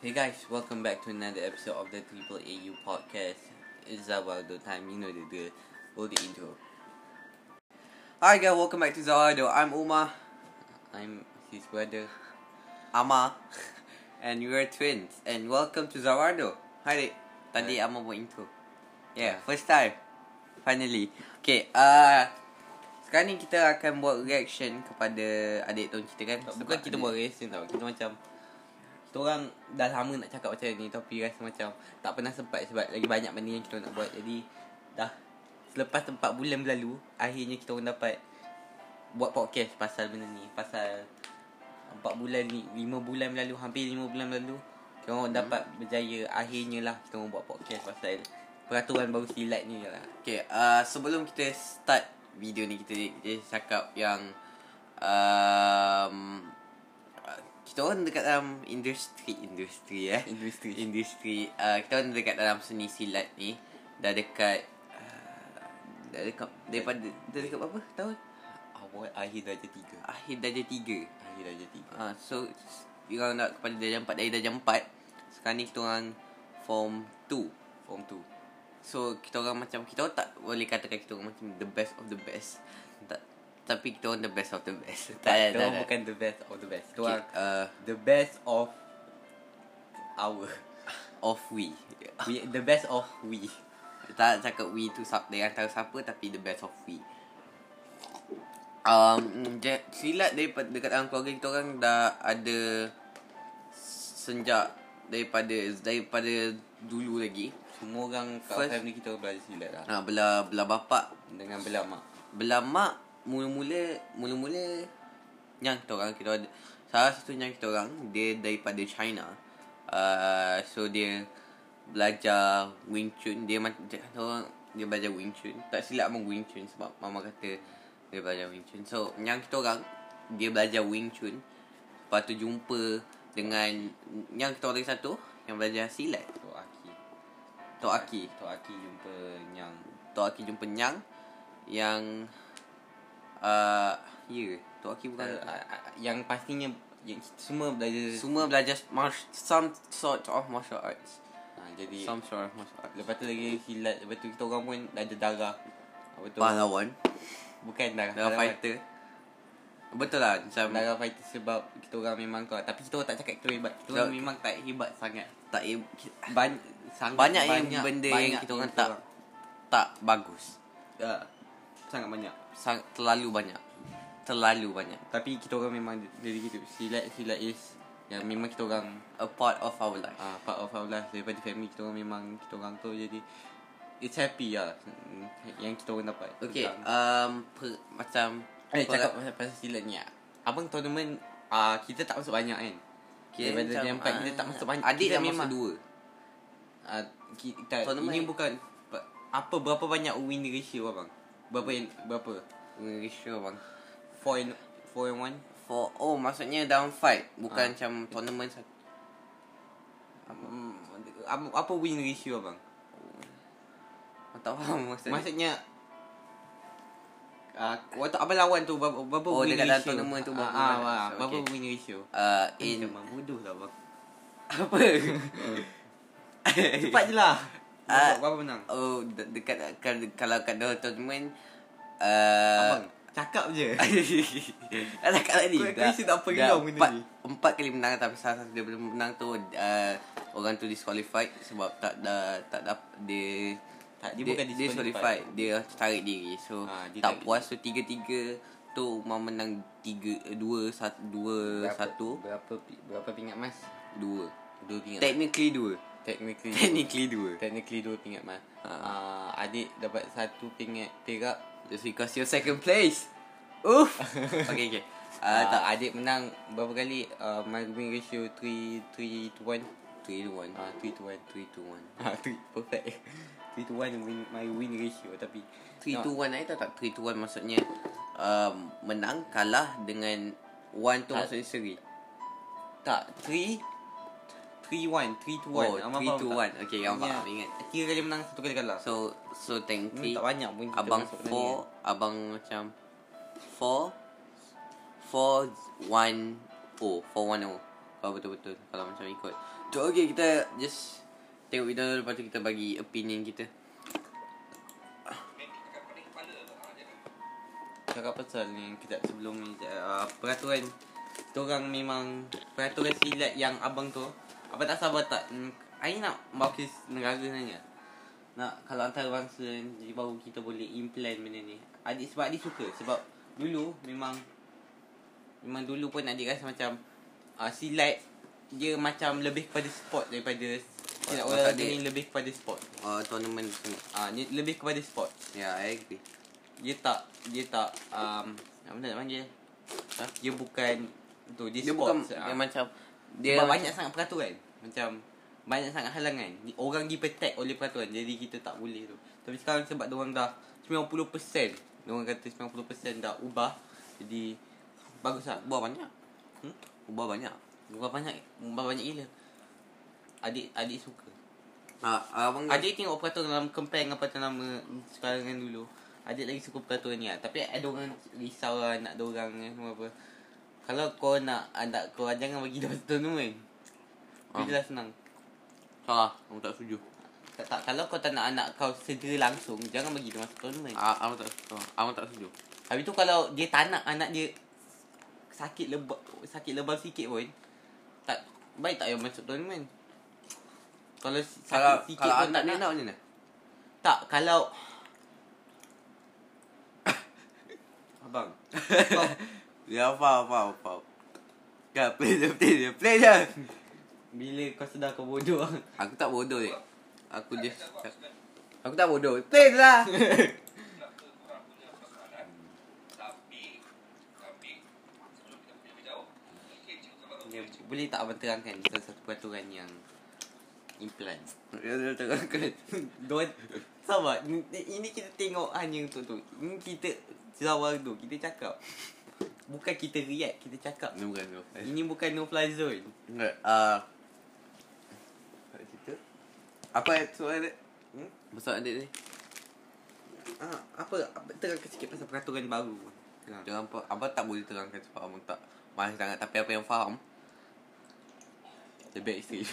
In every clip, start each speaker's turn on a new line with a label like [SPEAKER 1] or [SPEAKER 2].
[SPEAKER 1] Hey guys, welcome back to another episode of the Triple AU podcast. It's Zawaldo time, you know the deal. Roll the intro.
[SPEAKER 2] Hi guys, welcome back to Zawado. I'm Uma,
[SPEAKER 1] I'm his brother.
[SPEAKER 2] Ama, and we are twins. And welcome to Zawado. Hi, Dek. Tadi Ama buat intro. Yeah,
[SPEAKER 1] Yeah.
[SPEAKER 2] first time. Finally. Okay, uh, sekarang ni kita akan buat reaction kepada adik tahun kita kan?
[SPEAKER 1] Tak, Bukan kita buat reaction tau, kita macam... Kita orang dah lama nak cakap macam ni tapi rasa macam tak pernah sempat sebab lagi banyak benda yang kita orang nak buat. Jadi dah selepas 4 bulan berlalu, akhirnya kita orang dapat buat podcast pasal benda ni. Pasal 4 bulan ni, 5 bulan berlalu, hampir 5 bulan berlalu kita orang hmm. dapat berjaya akhirnya lah kita orang buat podcast pasal peraturan baru silat ni lah.
[SPEAKER 2] Okay, uh, sebelum kita start video ni kita, kita cakap yang um, uh, kita orang dekat dalam industri industri eh
[SPEAKER 1] Industri.
[SPEAKER 2] industri uh, kita orang dekat dalam seni silat ni dah dekat uh, dah dekat daripada dah dekat berapa tahun
[SPEAKER 1] Awal akhir darjah tiga
[SPEAKER 2] akhir darjah 3
[SPEAKER 1] Akhir darjah tiga
[SPEAKER 2] uh, so kita orang nak kepada darjah 4 dari darjah 4 sekarang ni kita orang form 2
[SPEAKER 1] Form 2
[SPEAKER 2] So kita orang macam Kita orang tak boleh katakan Kita orang macam The best of the best tak, Tapi kita orang the best of the best Tak ada
[SPEAKER 1] Kita
[SPEAKER 2] tak
[SPEAKER 1] orang
[SPEAKER 2] ada
[SPEAKER 1] bukan the best of the best Kita
[SPEAKER 2] Okay,
[SPEAKER 1] orang
[SPEAKER 2] uh,
[SPEAKER 1] the best of our
[SPEAKER 2] Of we
[SPEAKER 1] we, The best of we
[SPEAKER 2] Tak nak cakap we tu sub, Dari antara siapa Tapi the best of we um, je, Silat daripada Dekat dalam keluarga kita orang Dah ada Senjak Daripada Daripada dulu lagi
[SPEAKER 1] Semua orang kat
[SPEAKER 2] First-
[SPEAKER 1] family kita belajar silat lah
[SPEAKER 2] ha, Belah Belah bapak
[SPEAKER 1] Dengan belah mak
[SPEAKER 2] Belah mak Mula-mula Mula-mula Yang kita orang Kita ada Salah satu yang kita orang Dia daripada China uh, So dia Belajar Wing Chun Dia macam dia kata orang Dia belajar Wing Chun Tak silap pun Wing Chun Sebab mama kata Dia belajar Wing Chun So yang kita orang Dia belajar Wing Chun Lepas tu jumpa Dengan Yang kita orang lagi satu Yang belajar silat
[SPEAKER 1] Tok Aki
[SPEAKER 2] Tok Aki
[SPEAKER 1] Tok Aki jumpa Nyang
[SPEAKER 2] Tok Aki jumpa Nyang Yang uh, Ya yeah, Tok Aki bukan
[SPEAKER 1] uh,
[SPEAKER 2] uh,
[SPEAKER 1] uh, uh, Yang pastinya yang kita semua belajar
[SPEAKER 2] Semua belajar martial, Some sort of martial arts
[SPEAKER 1] ha, Jadi
[SPEAKER 2] Some sort of martial arts
[SPEAKER 1] Lepas tu lagi silat Lepas tu kita orang pun ada darah Apa tu
[SPEAKER 2] Pahlawan
[SPEAKER 1] Bukan darah
[SPEAKER 2] Dalam
[SPEAKER 1] pahlawan.
[SPEAKER 2] fighter Betul lah Macam
[SPEAKER 1] Darah fighter sebab kita orang memang kau Tapi kita orang tak cakap kita orang hebat Kita orang
[SPEAKER 2] So-
[SPEAKER 1] memang tak hebat sangat
[SPEAKER 2] tak, eh, ki-
[SPEAKER 1] Banyak sangat
[SPEAKER 2] Banyak yang benda yang kita orang tak Tak bagus
[SPEAKER 1] uh, Sangat banyak
[SPEAKER 2] Sang, Terlalu banyak Terlalu banyak
[SPEAKER 1] Tapi kita orang memang dari gitu Silat silat is Yang memang kita orang
[SPEAKER 2] A part of our life
[SPEAKER 1] uh, Part of our life Daripada family kita orang memang Kita orang tu jadi It's happy lah mm, Yang kita orang dapat
[SPEAKER 2] Okay
[SPEAKER 1] Tentang-
[SPEAKER 2] um, per, Macam
[SPEAKER 1] Eh cakap
[SPEAKER 2] lah.
[SPEAKER 1] pasal, pasal silat ni ah. Abang tournament uh, Kita tak masuk banyak kan
[SPEAKER 2] Kira
[SPEAKER 1] Daripada
[SPEAKER 2] macam,
[SPEAKER 1] dia empat
[SPEAKER 2] ah,
[SPEAKER 1] Kita tak masuk banyak
[SPEAKER 2] Adik
[SPEAKER 1] Kita
[SPEAKER 2] dah masuk dua
[SPEAKER 1] uh, kita,
[SPEAKER 2] Tournament-
[SPEAKER 1] Ini bukan pa- Apa berapa banyak win ratio abang Berapa yang Berapa
[SPEAKER 2] Ratio lah, bang
[SPEAKER 1] 4 and 4 and 1
[SPEAKER 2] For oh maksudnya dalam fight
[SPEAKER 1] Ah.
[SPEAKER 2] bukan macam tournament satu.
[SPEAKER 1] Mm,
[SPEAKER 2] Hmm.
[SPEAKER 1] apa, apa win ratio abang?
[SPEAKER 2] Aku tak faham maksudnya.
[SPEAKER 1] Maksudnya uh, waktu abang lawan tu berapa, berapa
[SPEAKER 2] Oh,
[SPEAKER 1] win
[SPEAKER 2] dekat dalam
[SPEAKER 1] ratio?
[SPEAKER 2] tournament tu
[SPEAKER 1] berapa,
[SPEAKER 2] berapa
[SPEAKER 1] uh,
[SPEAKER 2] banyak? So,
[SPEAKER 1] berapa
[SPEAKER 2] okay.
[SPEAKER 1] win ratio?
[SPEAKER 2] uh,
[SPEAKER 1] In
[SPEAKER 2] in
[SPEAKER 1] Macam bodoh lah abang.
[SPEAKER 2] apa?
[SPEAKER 1] Cepat je lah.
[SPEAKER 2] Ah.
[SPEAKER 1] Berapa, berapa menang?
[SPEAKER 2] oh de- dekat kalau kalau kat dalam tournament uh,
[SPEAKER 1] abang, Eh, cakap je.
[SPEAKER 2] Dah cakap tadi
[SPEAKER 1] Kau- kau
[SPEAKER 2] dah-
[SPEAKER 1] isi tak apa
[SPEAKER 2] dah
[SPEAKER 1] gelau benda
[SPEAKER 2] empat-
[SPEAKER 1] ni.
[SPEAKER 2] Empat kali menang Tapi salah satu dia belum menang tu uh, Orang tu disqualified Sebab tak da, tak da, Dia
[SPEAKER 1] Tak, dia bukan
[SPEAKER 2] dia
[SPEAKER 1] disqualified.
[SPEAKER 2] disqualified Dia tarik diri So
[SPEAKER 1] Ah, dia
[SPEAKER 2] tak
[SPEAKER 1] tarik
[SPEAKER 2] puas So tiga-tiga Tu Umar menang tiga, Dua satu, Dua Satu
[SPEAKER 1] Berapa berapa pingat mas?
[SPEAKER 2] Dua
[SPEAKER 1] Dua pingat.
[SPEAKER 2] Technically dua
[SPEAKER 1] technically.
[SPEAKER 2] Technically Ha. dua
[SPEAKER 1] Technically dua pingat mas. Ah, adik dapat satu pingat perak.
[SPEAKER 2] Just because you're second place Oof Okay okay uh,
[SPEAKER 1] Ah,
[SPEAKER 2] Tak
[SPEAKER 1] adik menang berapa kali? Uh, my win ratio 3 3 to 1.
[SPEAKER 2] 3 to 1
[SPEAKER 1] Ah, 3 to 1.
[SPEAKER 2] 3 to 1
[SPEAKER 1] Ah, three perfect. three to one win my win ratio tapi
[SPEAKER 2] 3 to 1 I tahu eh? tak 3 to 1 maksudnya um, Menang kalah dengan 1 tu
[SPEAKER 1] Tak.
[SPEAKER 2] maksudnya seri
[SPEAKER 1] tak three three one three to one.
[SPEAKER 2] Oh,
[SPEAKER 1] Abang
[SPEAKER 2] three
[SPEAKER 1] faham
[SPEAKER 2] to
[SPEAKER 1] tak?
[SPEAKER 2] one. Okay, abang
[SPEAKER 1] Punya
[SPEAKER 2] faham, ingat.
[SPEAKER 1] Tiga kali menang satu kali kalah. So,
[SPEAKER 2] So so
[SPEAKER 1] Ni
[SPEAKER 2] technically
[SPEAKER 1] tak banyak pun kita
[SPEAKER 2] Abang
[SPEAKER 1] masuk
[SPEAKER 2] 4
[SPEAKER 1] dalam ni kan.
[SPEAKER 2] Abang macam oh, 4 4 1 0 4 1 0 Kalau betul-betul Kalau macam ikut So okay kita just Tengok video Lepas tu kita bagi opinion kita
[SPEAKER 1] Cakap pasal ni Kejap sebelum ni kejap, uh, Peraturan Torang memang Peraturan silat yang abang tu Abang tak sabar tak Hmm, I nak Baptis negara ya? sebenarnya Nak Kalau antarabangsa Jadi baru kita boleh Implant benda ni Adik sebab adik suka Sebab Dulu memang Memang dulu pun adik rasa macam uh, Silat Dia macam lebih kepada sport Daripada Silat
[SPEAKER 2] Pas-
[SPEAKER 1] orang
[SPEAKER 2] pasal
[SPEAKER 1] ni
[SPEAKER 2] dia-
[SPEAKER 1] lebih kepada sport
[SPEAKER 2] uh, Tournament ni
[SPEAKER 1] Ah, uh, lebih kepada sport
[SPEAKER 2] Ya yeah, I agree
[SPEAKER 1] dia tak dia tak um, apa nak panggil ha? dia bukan tu dia,
[SPEAKER 2] Dia bukan
[SPEAKER 1] sports,
[SPEAKER 2] Dia
[SPEAKER 1] ah.
[SPEAKER 2] macam
[SPEAKER 1] dia
[SPEAKER 2] Dia
[SPEAKER 1] Sebab banyak sangat peraturan macam banyak sangat halangan Di- orang di protect oleh peraturan jadi kita tak boleh tu tapi sekarang sebab diorang dah 90% diorang kata 90% dah ubah jadi bagus lah
[SPEAKER 2] Ubah banyak
[SPEAKER 1] hmm?
[SPEAKER 2] Ubah banyak
[SPEAKER 1] ubah banyak ubah banyak gila adik adik suka
[SPEAKER 2] Ah, abang
[SPEAKER 1] Adik tengok peraturan dalam compare dengan peraturan lama sekarang dengan dulu. Adik lagi suka peraturan ni lah. Tapi ada orang risau lah anak dorang ni semua apa. Kalau kau nak anak kau jangan bagi dia tournament.
[SPEAKER 2] Ah.
[SPEAKER 1] Itu dah senang.
[SPEAKER 2] Salah Aku Ah, tak setuju
[SPEAKER 1] Tak, tak, kalau kau tak nak anak kau segera langsung, jangan bagi dia masuk tournament.
[SPEAKER 2] Ah, Abang tak setuju Abang tak setuju
[SPEAKER 1] Habis tu kalau dia tak nak anak dia sakit lebam sakit lebam sikit pun, tak baik tak payah masuk tournament. Kalau si- sakit
[SPEAKER 2] Kalau
[SPEAKER 1] sikit
[SPEAKER 2] Kalau
[SPEAKER 1] pun
[SPEAKER 2] anak
[SPEAKER 1] tak
[SPEAKER 2] dia
[SPEAKER 1] nak.
[SPEAKER 2] nak macam mana
[SPEAKER 1] Tak, kalau Abang kau,
[SPEAKER 2] Ya faham faham faham Ya play je play je play je
[SPEAKER 1] Bila kau sedar kau bodoh
[SPEAKER 2] Aku tak bodoh je Aku just Aku tak bodoh Play je lah
[SPEAKER 1] ya, Boleh tak abang terangkan Salah satu peraturan yang Implant
[SPEAKER 2] Ya dah terangkan
[SPEAKER 1] Don Sabar ni- Ini kita tengok hanya untuk tu Ini kita Zawal tu Kita cakap Bukan kita react Kita cakap
[SPEAKER 2] Ini bukan tu
[SPEAKER 1] Ini bukan no fly zone
[SPEAKER 2] Enggak uh, Cerita Apa soal dia hmm? Pasal adik ni
[SPEAKER 1] ah, Apa apa- Terangkan sikit pasal peraturan baru ha.
[SPEAKER 2] Jangan apa Abang tak boleh terangkan sebab abang tak Mahir sangat Tapi apa yang faham
[SPEAKER 1] Lebih ekstrim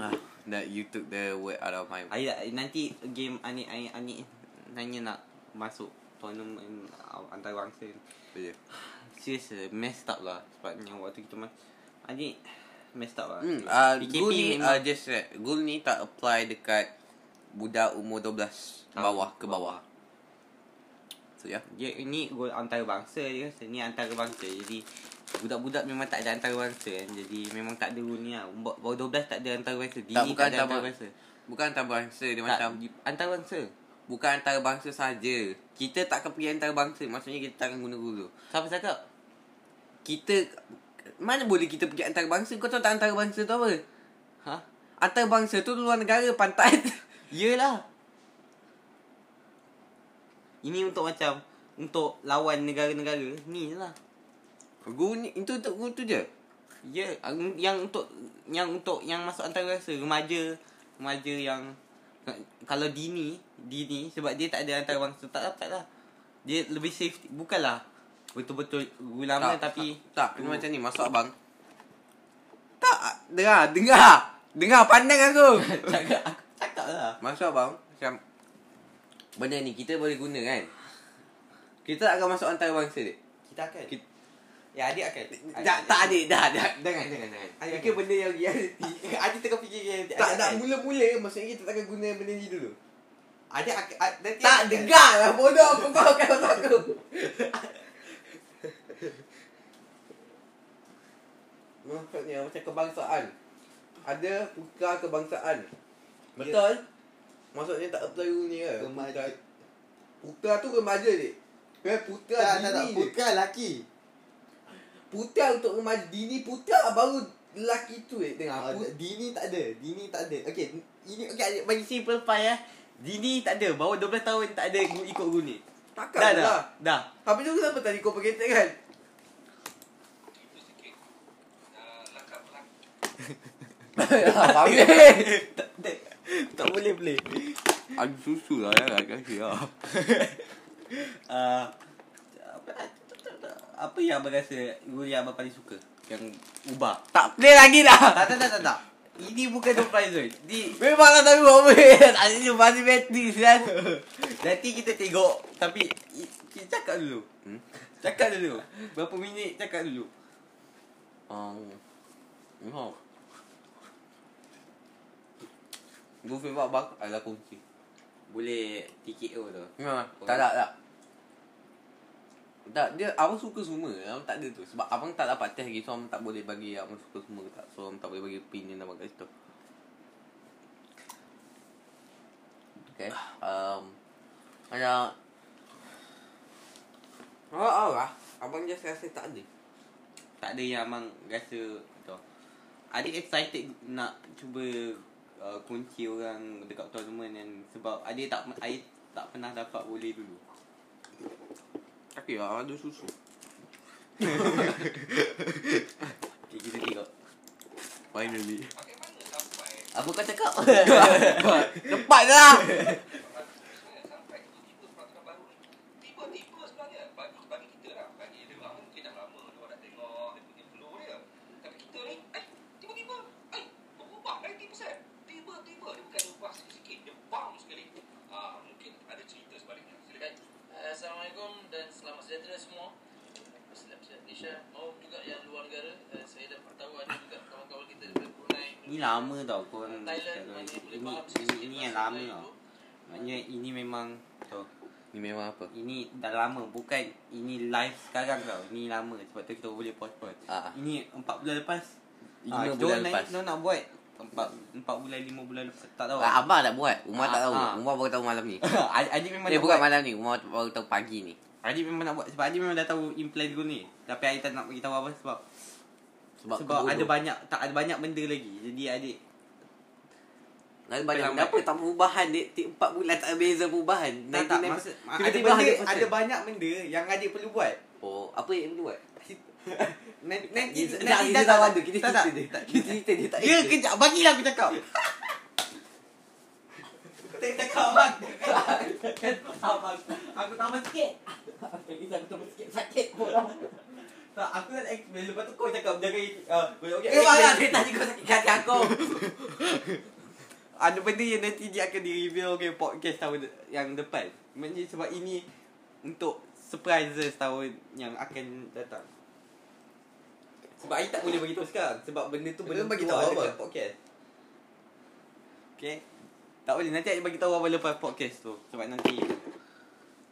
[SPEAKER 2] ah, That you took the word out of my
[SPEAKER 1] Ayat nanti game anik anik anik nanya nak masuk tournament uh, antarabangsa.
[SPEAKER 2] Boleh Ah,
[SPEAKER 1] Serius eh, messed up lah sebabnya waktu kita main anik messed up lah.
[SPEAKER 2] Hmm, uh,
[SPEAKER 1] PKP
[SPEAKER 2] goal ni
[SPEAKER 1] memang-
[SPEAKER 2] uh, just right. Goal ni tak apply dekat budak umur 12
[SPEAKER 1] Tahun.
[SPEAKER 2] bawah ke Ah. bawah. So ya. Yeah.
[SPEAKER 1] dia ni gol antarabangsa dia rasa ni antarabangsa. Jadi budak-budak memang tak ada antarabangsa kan. Jadi memang tak ada rule ni lah. Umur- Baru 12 tak ada antarabangsa. Dini
[SPEAKER 2] Tak bukan
[SPEAKER 1] tak ada
[SPEAKER 2] antarabangsa. Bukan antarabangsa dia
[SPEAKER 1] Tak,
[SPEAKER 2] macam
[SPEAKER 1] di- antarabangsa.
[SPEAKER 2] bukan antarabangsa saja. Kita tak akan pergi antarabangsa. Maksudnya kita tak akan guna guru.
[SPEAKER 1] Siapa cakap?
[SPEAKER 2] Kita mana boleh kita pergi antarabangsa? Kau tahu tak antarabangsa tu apa?
[SPEAKER 1] Ha?
[SPEAKER 2] Antarabangsa tu luar negara pantai.
[SPEAKER 1] Yelah Ini untuk macam Untuk lawan negara-negara Ni je lah
[SPEAKER 2] guru ni itu untuk guru tu je.
[SPEAKER 1] Ya ang- Yang untuk Yang untuk Yang masuk antarabangsa Remaja Remaja yang Kalau dini Dini Sebab dia tak ada antarabangsa Tak lah tak lah Dia lebih safe Bukanlah Betul-betul Ulama
[SPEAKER 2] tak,
[SPEAKER 1] tapi
[SPEAKER 2] tak, tak dia macam ni masuk abang. Tak dengar dengar. Dengar pandang aku.
[SPEAKER 1] Cakap Aku cakap lah
[SPEAKER 2] Masuk abang Macam Benda ni kita boleh guna kan Kita tak akan masuk antarabangsa dek
[SPEAKER 1] Kita akan Ya adik akan
[SPEAKER 2] Tak tak adik dah dah Jangan jangan jangan
[SPEAKER 1] Adik
[SPEAKER 2] Fikir
[SPEAKER 1] akan.
[SPEAKER 2] benda yang reality
[SPEAKER 1] Adik tengah fikir realiti.
[SPEAKER 2] Tak
[SPEAKER 1] Adik
[SPEAKER 2] tak
[SPEAKER 1] akan.
[SPEAKER 2] mula-mula Maksudnya kita takkan guna benda ni dulu
[SPEAKER 1] Adik akan a- nanti
[SPEAKER 2] Tak
[SPEAKER 1] adik akan.
[SPEAKER 2] dengar lah bodoh Kau faham kan maksud aku Maksudnya macam kebangsaan Ada pukar kebangsaan Betul Maksudnya tak apply rule ni ke
[SPEAKER 1] Remaja.
[SPEAKER 2] Pukar- Putera tu remaja dek Eh putera
[SPEAKER 1] Tak, tak,
[SPEAKER 2] dini
[SPEAKER 1] tak.
[SPEAKER 2] je.
[SPEAKER 1] Bukan lelaki.
[SPEAKER 2] Putera untuk remaja Dini putera baru lelaki tu dek Tengah
[SPEAKER 1] Ah,
[SPEAKER 2] put-
[SPEAKER 1] Dini tak ada. Dini tak ada. Okey, ini okey adik bagi simplify eh. Dini tak ada. Bawa 12 tahun tak ada ikut ikut guni.
[SPEAKER 2] Takkan
[SPEAKER 1] Dah,
[SPEAKER 2] lah
[SPEAKER 1] dah. Dah.
[SPEAKER 2] Habis tu kenapa tadi kau berkata kan
[SPEAKER 1] tak, tak, tak boleh boleh.
[SPEAKER 2] Ada susu lah ya Kasih lah
[SPEAKER 1] Ah, apa, apa yang abang rasa guru yang abang paling suka? yang ubah.
[SPEAKER 2] Tak play lagi dah.
[SPEAKER 1] Tak tak tak tak. tak. Ini bukan no fly zone. Di
[SPEAKER 2] Memanglah tapi buat apa? Tak ada masih betis kan.
[SPEAKER 1] nanti kita tengok tapi i- kita cakap dulu.
[SPEAKER 2] Hmm?
[SPEAKER 1] Cakap dulu. Berapa minit cakap dulu.
[SPEAKER 2] Um, no. Gue favourite bak adalah kunci.
[SPEAKER 1] Boleh TKO tu.
[SPEAKER 2] Ha, tak tak tak. Tak, dia abang suka semua. Abang tak ada tu. Sebab abang tak dapat test lagi. So, abang tak boleh bagi abang suka semua ke tak. So, abang tak boleh bagi opinion abang kat situ. Okay. Um, ada... Oh, oh lah. Abang just rasa tak ada.
[SPEAKER 1] Tak ada yang abang rasa tu. Ada excited nak cuba uh, kunci orang dekat tournament yang sebab ada tak ada tak pernah dapat boleh dulu.
[SPEAKER 2] Tapi lah, ada susu.
[SPEAKER 1] Okay, Eh, kita tengok.
[SPEAKER 2] Finally.
[SPEAKER 1] Apa kau cakap?
[SPEAKER 2] Cepat lah!
[SPEAKER 3] Tiba-tiba sebenarnya bagi bagi kita lah, bagi dia orang mungkin dah lama dia orang nak tengok dia punya flow dia. Tapi kita ni, eh tiba-tiba, eh berubah 90%. Tiba-tiba dia bukan berubah sikit-sikit, dia bounce sekali. Ah, mungkin ada cerita sebaliknya. Silakan.
[SPEAKER 4] Assalamualaikum dan selamat sejahtera semua. Islam Malaysia maupun juga yang luar negara. Eh, Saya dapat tahu ada juga kawan-kawan kita dari Brunei,
[SPEAKER 1] Ni lama tau kau
[SPEAKER 4] Thailand, mana boleh
[SPEAKER 1] ini,
[SPEAKER 4] faham
[SPEAKER 1] ini, ini yang lama
[SPEAKER 4] masalah
[SPEAKER 1] tau.
[SPEAKER 4] itu.
[SPEAKER 1] Maknanya ini memang tau.
[SPEAKER 2] Ni memang apa?
[SPEAKER 1] Ini dah lama bukan ini live sekarang tau. Ini lama sebab tu kita boleh postpone.
[SPEAKER 2] Ah.
[SPEAKER 1] Ini 4 bulan lepas.
[SPEAKER 2] Lima
[SPEAKER 1] Ah,
[SPEAKER 2] bulan
[SPEAKER 1] John
[SPEAKER 2] lepas.
[SPEAKER 1] Nak, nak buat 4 4 bulan 5 bulan lepas. Tak tahu.
[SPEAKER 2] Ah, abang nak buat. Umar tak
[SPEAKER 1] Ah,
[SPEAKER 2] tahu.
[SPEAKER 1] ah.
[SPEAKER 2] Umar baru tahu malam ni.
[SPEAKER 1] Adik adik memang
[SPEAKER 2] Eh,
[SPEAKER 1] nak
[SPEAKER 2] bukan
[SPEAKER 1] buat.
[SPEAKER 2] malam ni. Umar baru tahu pagi ni.
[SPEAKER 1] Adik memang nak buat sebab adik memang dah tahu implant dulu ni. Tapi adik tak nak beritahu apa sebab sebab, sebab
[SPEAKER 2] kebodoh.
[SPEAKER 1] ada banyak tak ada banyak benda lagi. Jadi adik
[SPEAKER 2] Ada banyak
[SPEAKER 1] Pengalaman.
[SPEAKER 2] benda apa tak perubahan dia Tiap 4 bulan tak ada beza perubahan.
[SPEAKER 1] tak, tak,
[SPEAKER 2] 99%
[SPEAKER 1] maksud, ada
[SPEAKER 2] tiba-tiba
[SPEAKER 1] benda
[SPEAKER 2] 100%.
[SPEAKER 1] ada banyak benda yang adik perlu buat.
[SPEAKER 2] Oh, apa yang dia buat?
[SPEAKER 1] Nanti
[SPEAKER 2] Nanti
[SPEAKER 1] nanti
[SPEAKER 2] nanti
[SPEAKER 1] dah-
[SPEAKER 2] kita tak ada. Kita cerita
[SPEAKER 1] tak, tak,
[SPEAKER 2] dia.
[SPEAKER 1] tak.
[SPEAKER 2] Kita cerita dia tak.
[SPEAKER 1] Ya kejap bagilah aku cakap. Tak cakap bang. Abang. Aku tambah sikit. Kita aku tambah sikit sakit pula. Tak, aku nak explain lepas tu kau cakap jaga uh, okay.
[SPEAKER 2] Eh, malah dia tanya kau sakit hati aku.
[SPEAKER 1] Ada benda yang nanti dia akan di-reveal ke podcast tahun de- yang depan. Maksudnya sebab ini untuk surprises tahun yang akan datang. Sebab saya tak boleh beritahu sekarang. Sebab benda tu
[SPEAKER 2] Belum
[SPEAKER 1] belum
[SPEAKER 2] bagi
[SPEAKER 1] keluar
[SPEAKER 2] tahu apa?
[SPEAKER 1] dekat podcast. Okay. Tak boleh. Nanti saya bagi tahu apa lepas podcast tu. Sebab nanti...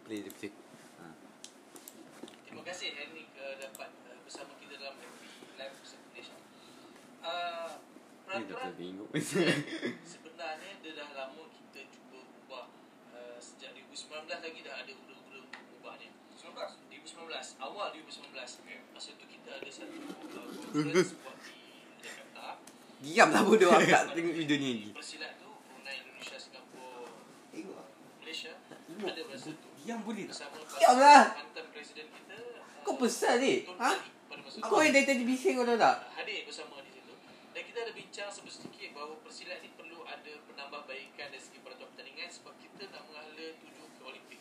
[SPEAKER 1] Play the music.
[SPEAKER 4] Terima kasih Henrik uh, dapat uh, bersama kita dalam FB Live Bersama Malaysia. Uh,
[SPEAKER 1] Ni dah
[SPEAKER 4] peraturan
[SPEAKER 1] terbingung.
[SPEAKER 4] sebenarnya dia dah lama kita cuba ubah uh, sejak 2019 lagi dah ada ura-ura untuk ubahnya.
[SPEAKER 3] 19.
[SPEAKER 4] 2019 awal 2019 masa tu kita ada satu uh, conference buat di Jakarta
[SPEAKER 2] Diamlah bodoh aku tak tengok video ni lagi.
[SPEAKER 4] Bersilat tu Brunei, Indonesia, Singapura, Malaysia ada masa tu
[SPEAKER 1] Diam boleh tak?
[SPEAKER 4] bersama
[SPEAKER 2] Diamlah.
[SPEAKER 4] mantan presiden kita uh,
[SPEAKER 2] Kau pesan ni?
[SPEAKER 4] Tun
[SPEAKER 2] Ha?
[SPEAKER 4] Malli pada masa tu
[SPEAKER 2] Kau yang dari tadi bising kau tahu tak?
[SPEAKER 4] hadir bersama di situ dan kita ada bincang sedikit bahawa Persilat ni perlu ada penambahbaikan dari segi peraturan pertandingan sebab kita nak menghala tuju ke Olimpik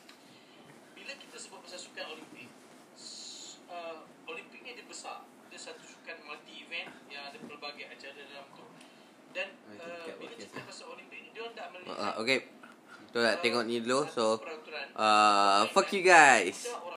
[SPEAKER 4] bila kita sebut pasal sukan Olimpik s- uh, Olimpik ni dia besar dia satu sukan multi event yang ada pelbagai acara dalam tu dan
[SPEAKER 1] itu
[SPEAKER 4] uh,
[SPEAKER 1] dekat
[SPEAKER 4] bila
[SPEAKER 1] podcast
[SPEAKER 2] lah.
[SPEAKER 4] cerita pasal Olimpik ni dia orang tak melihat uh,
[SPEAKER 2] Ah, okay. Tu nak tengok ni dulu. So,
[SPEAKER 4] peraturan
[SPEAKER 2] uh, fuck you guys.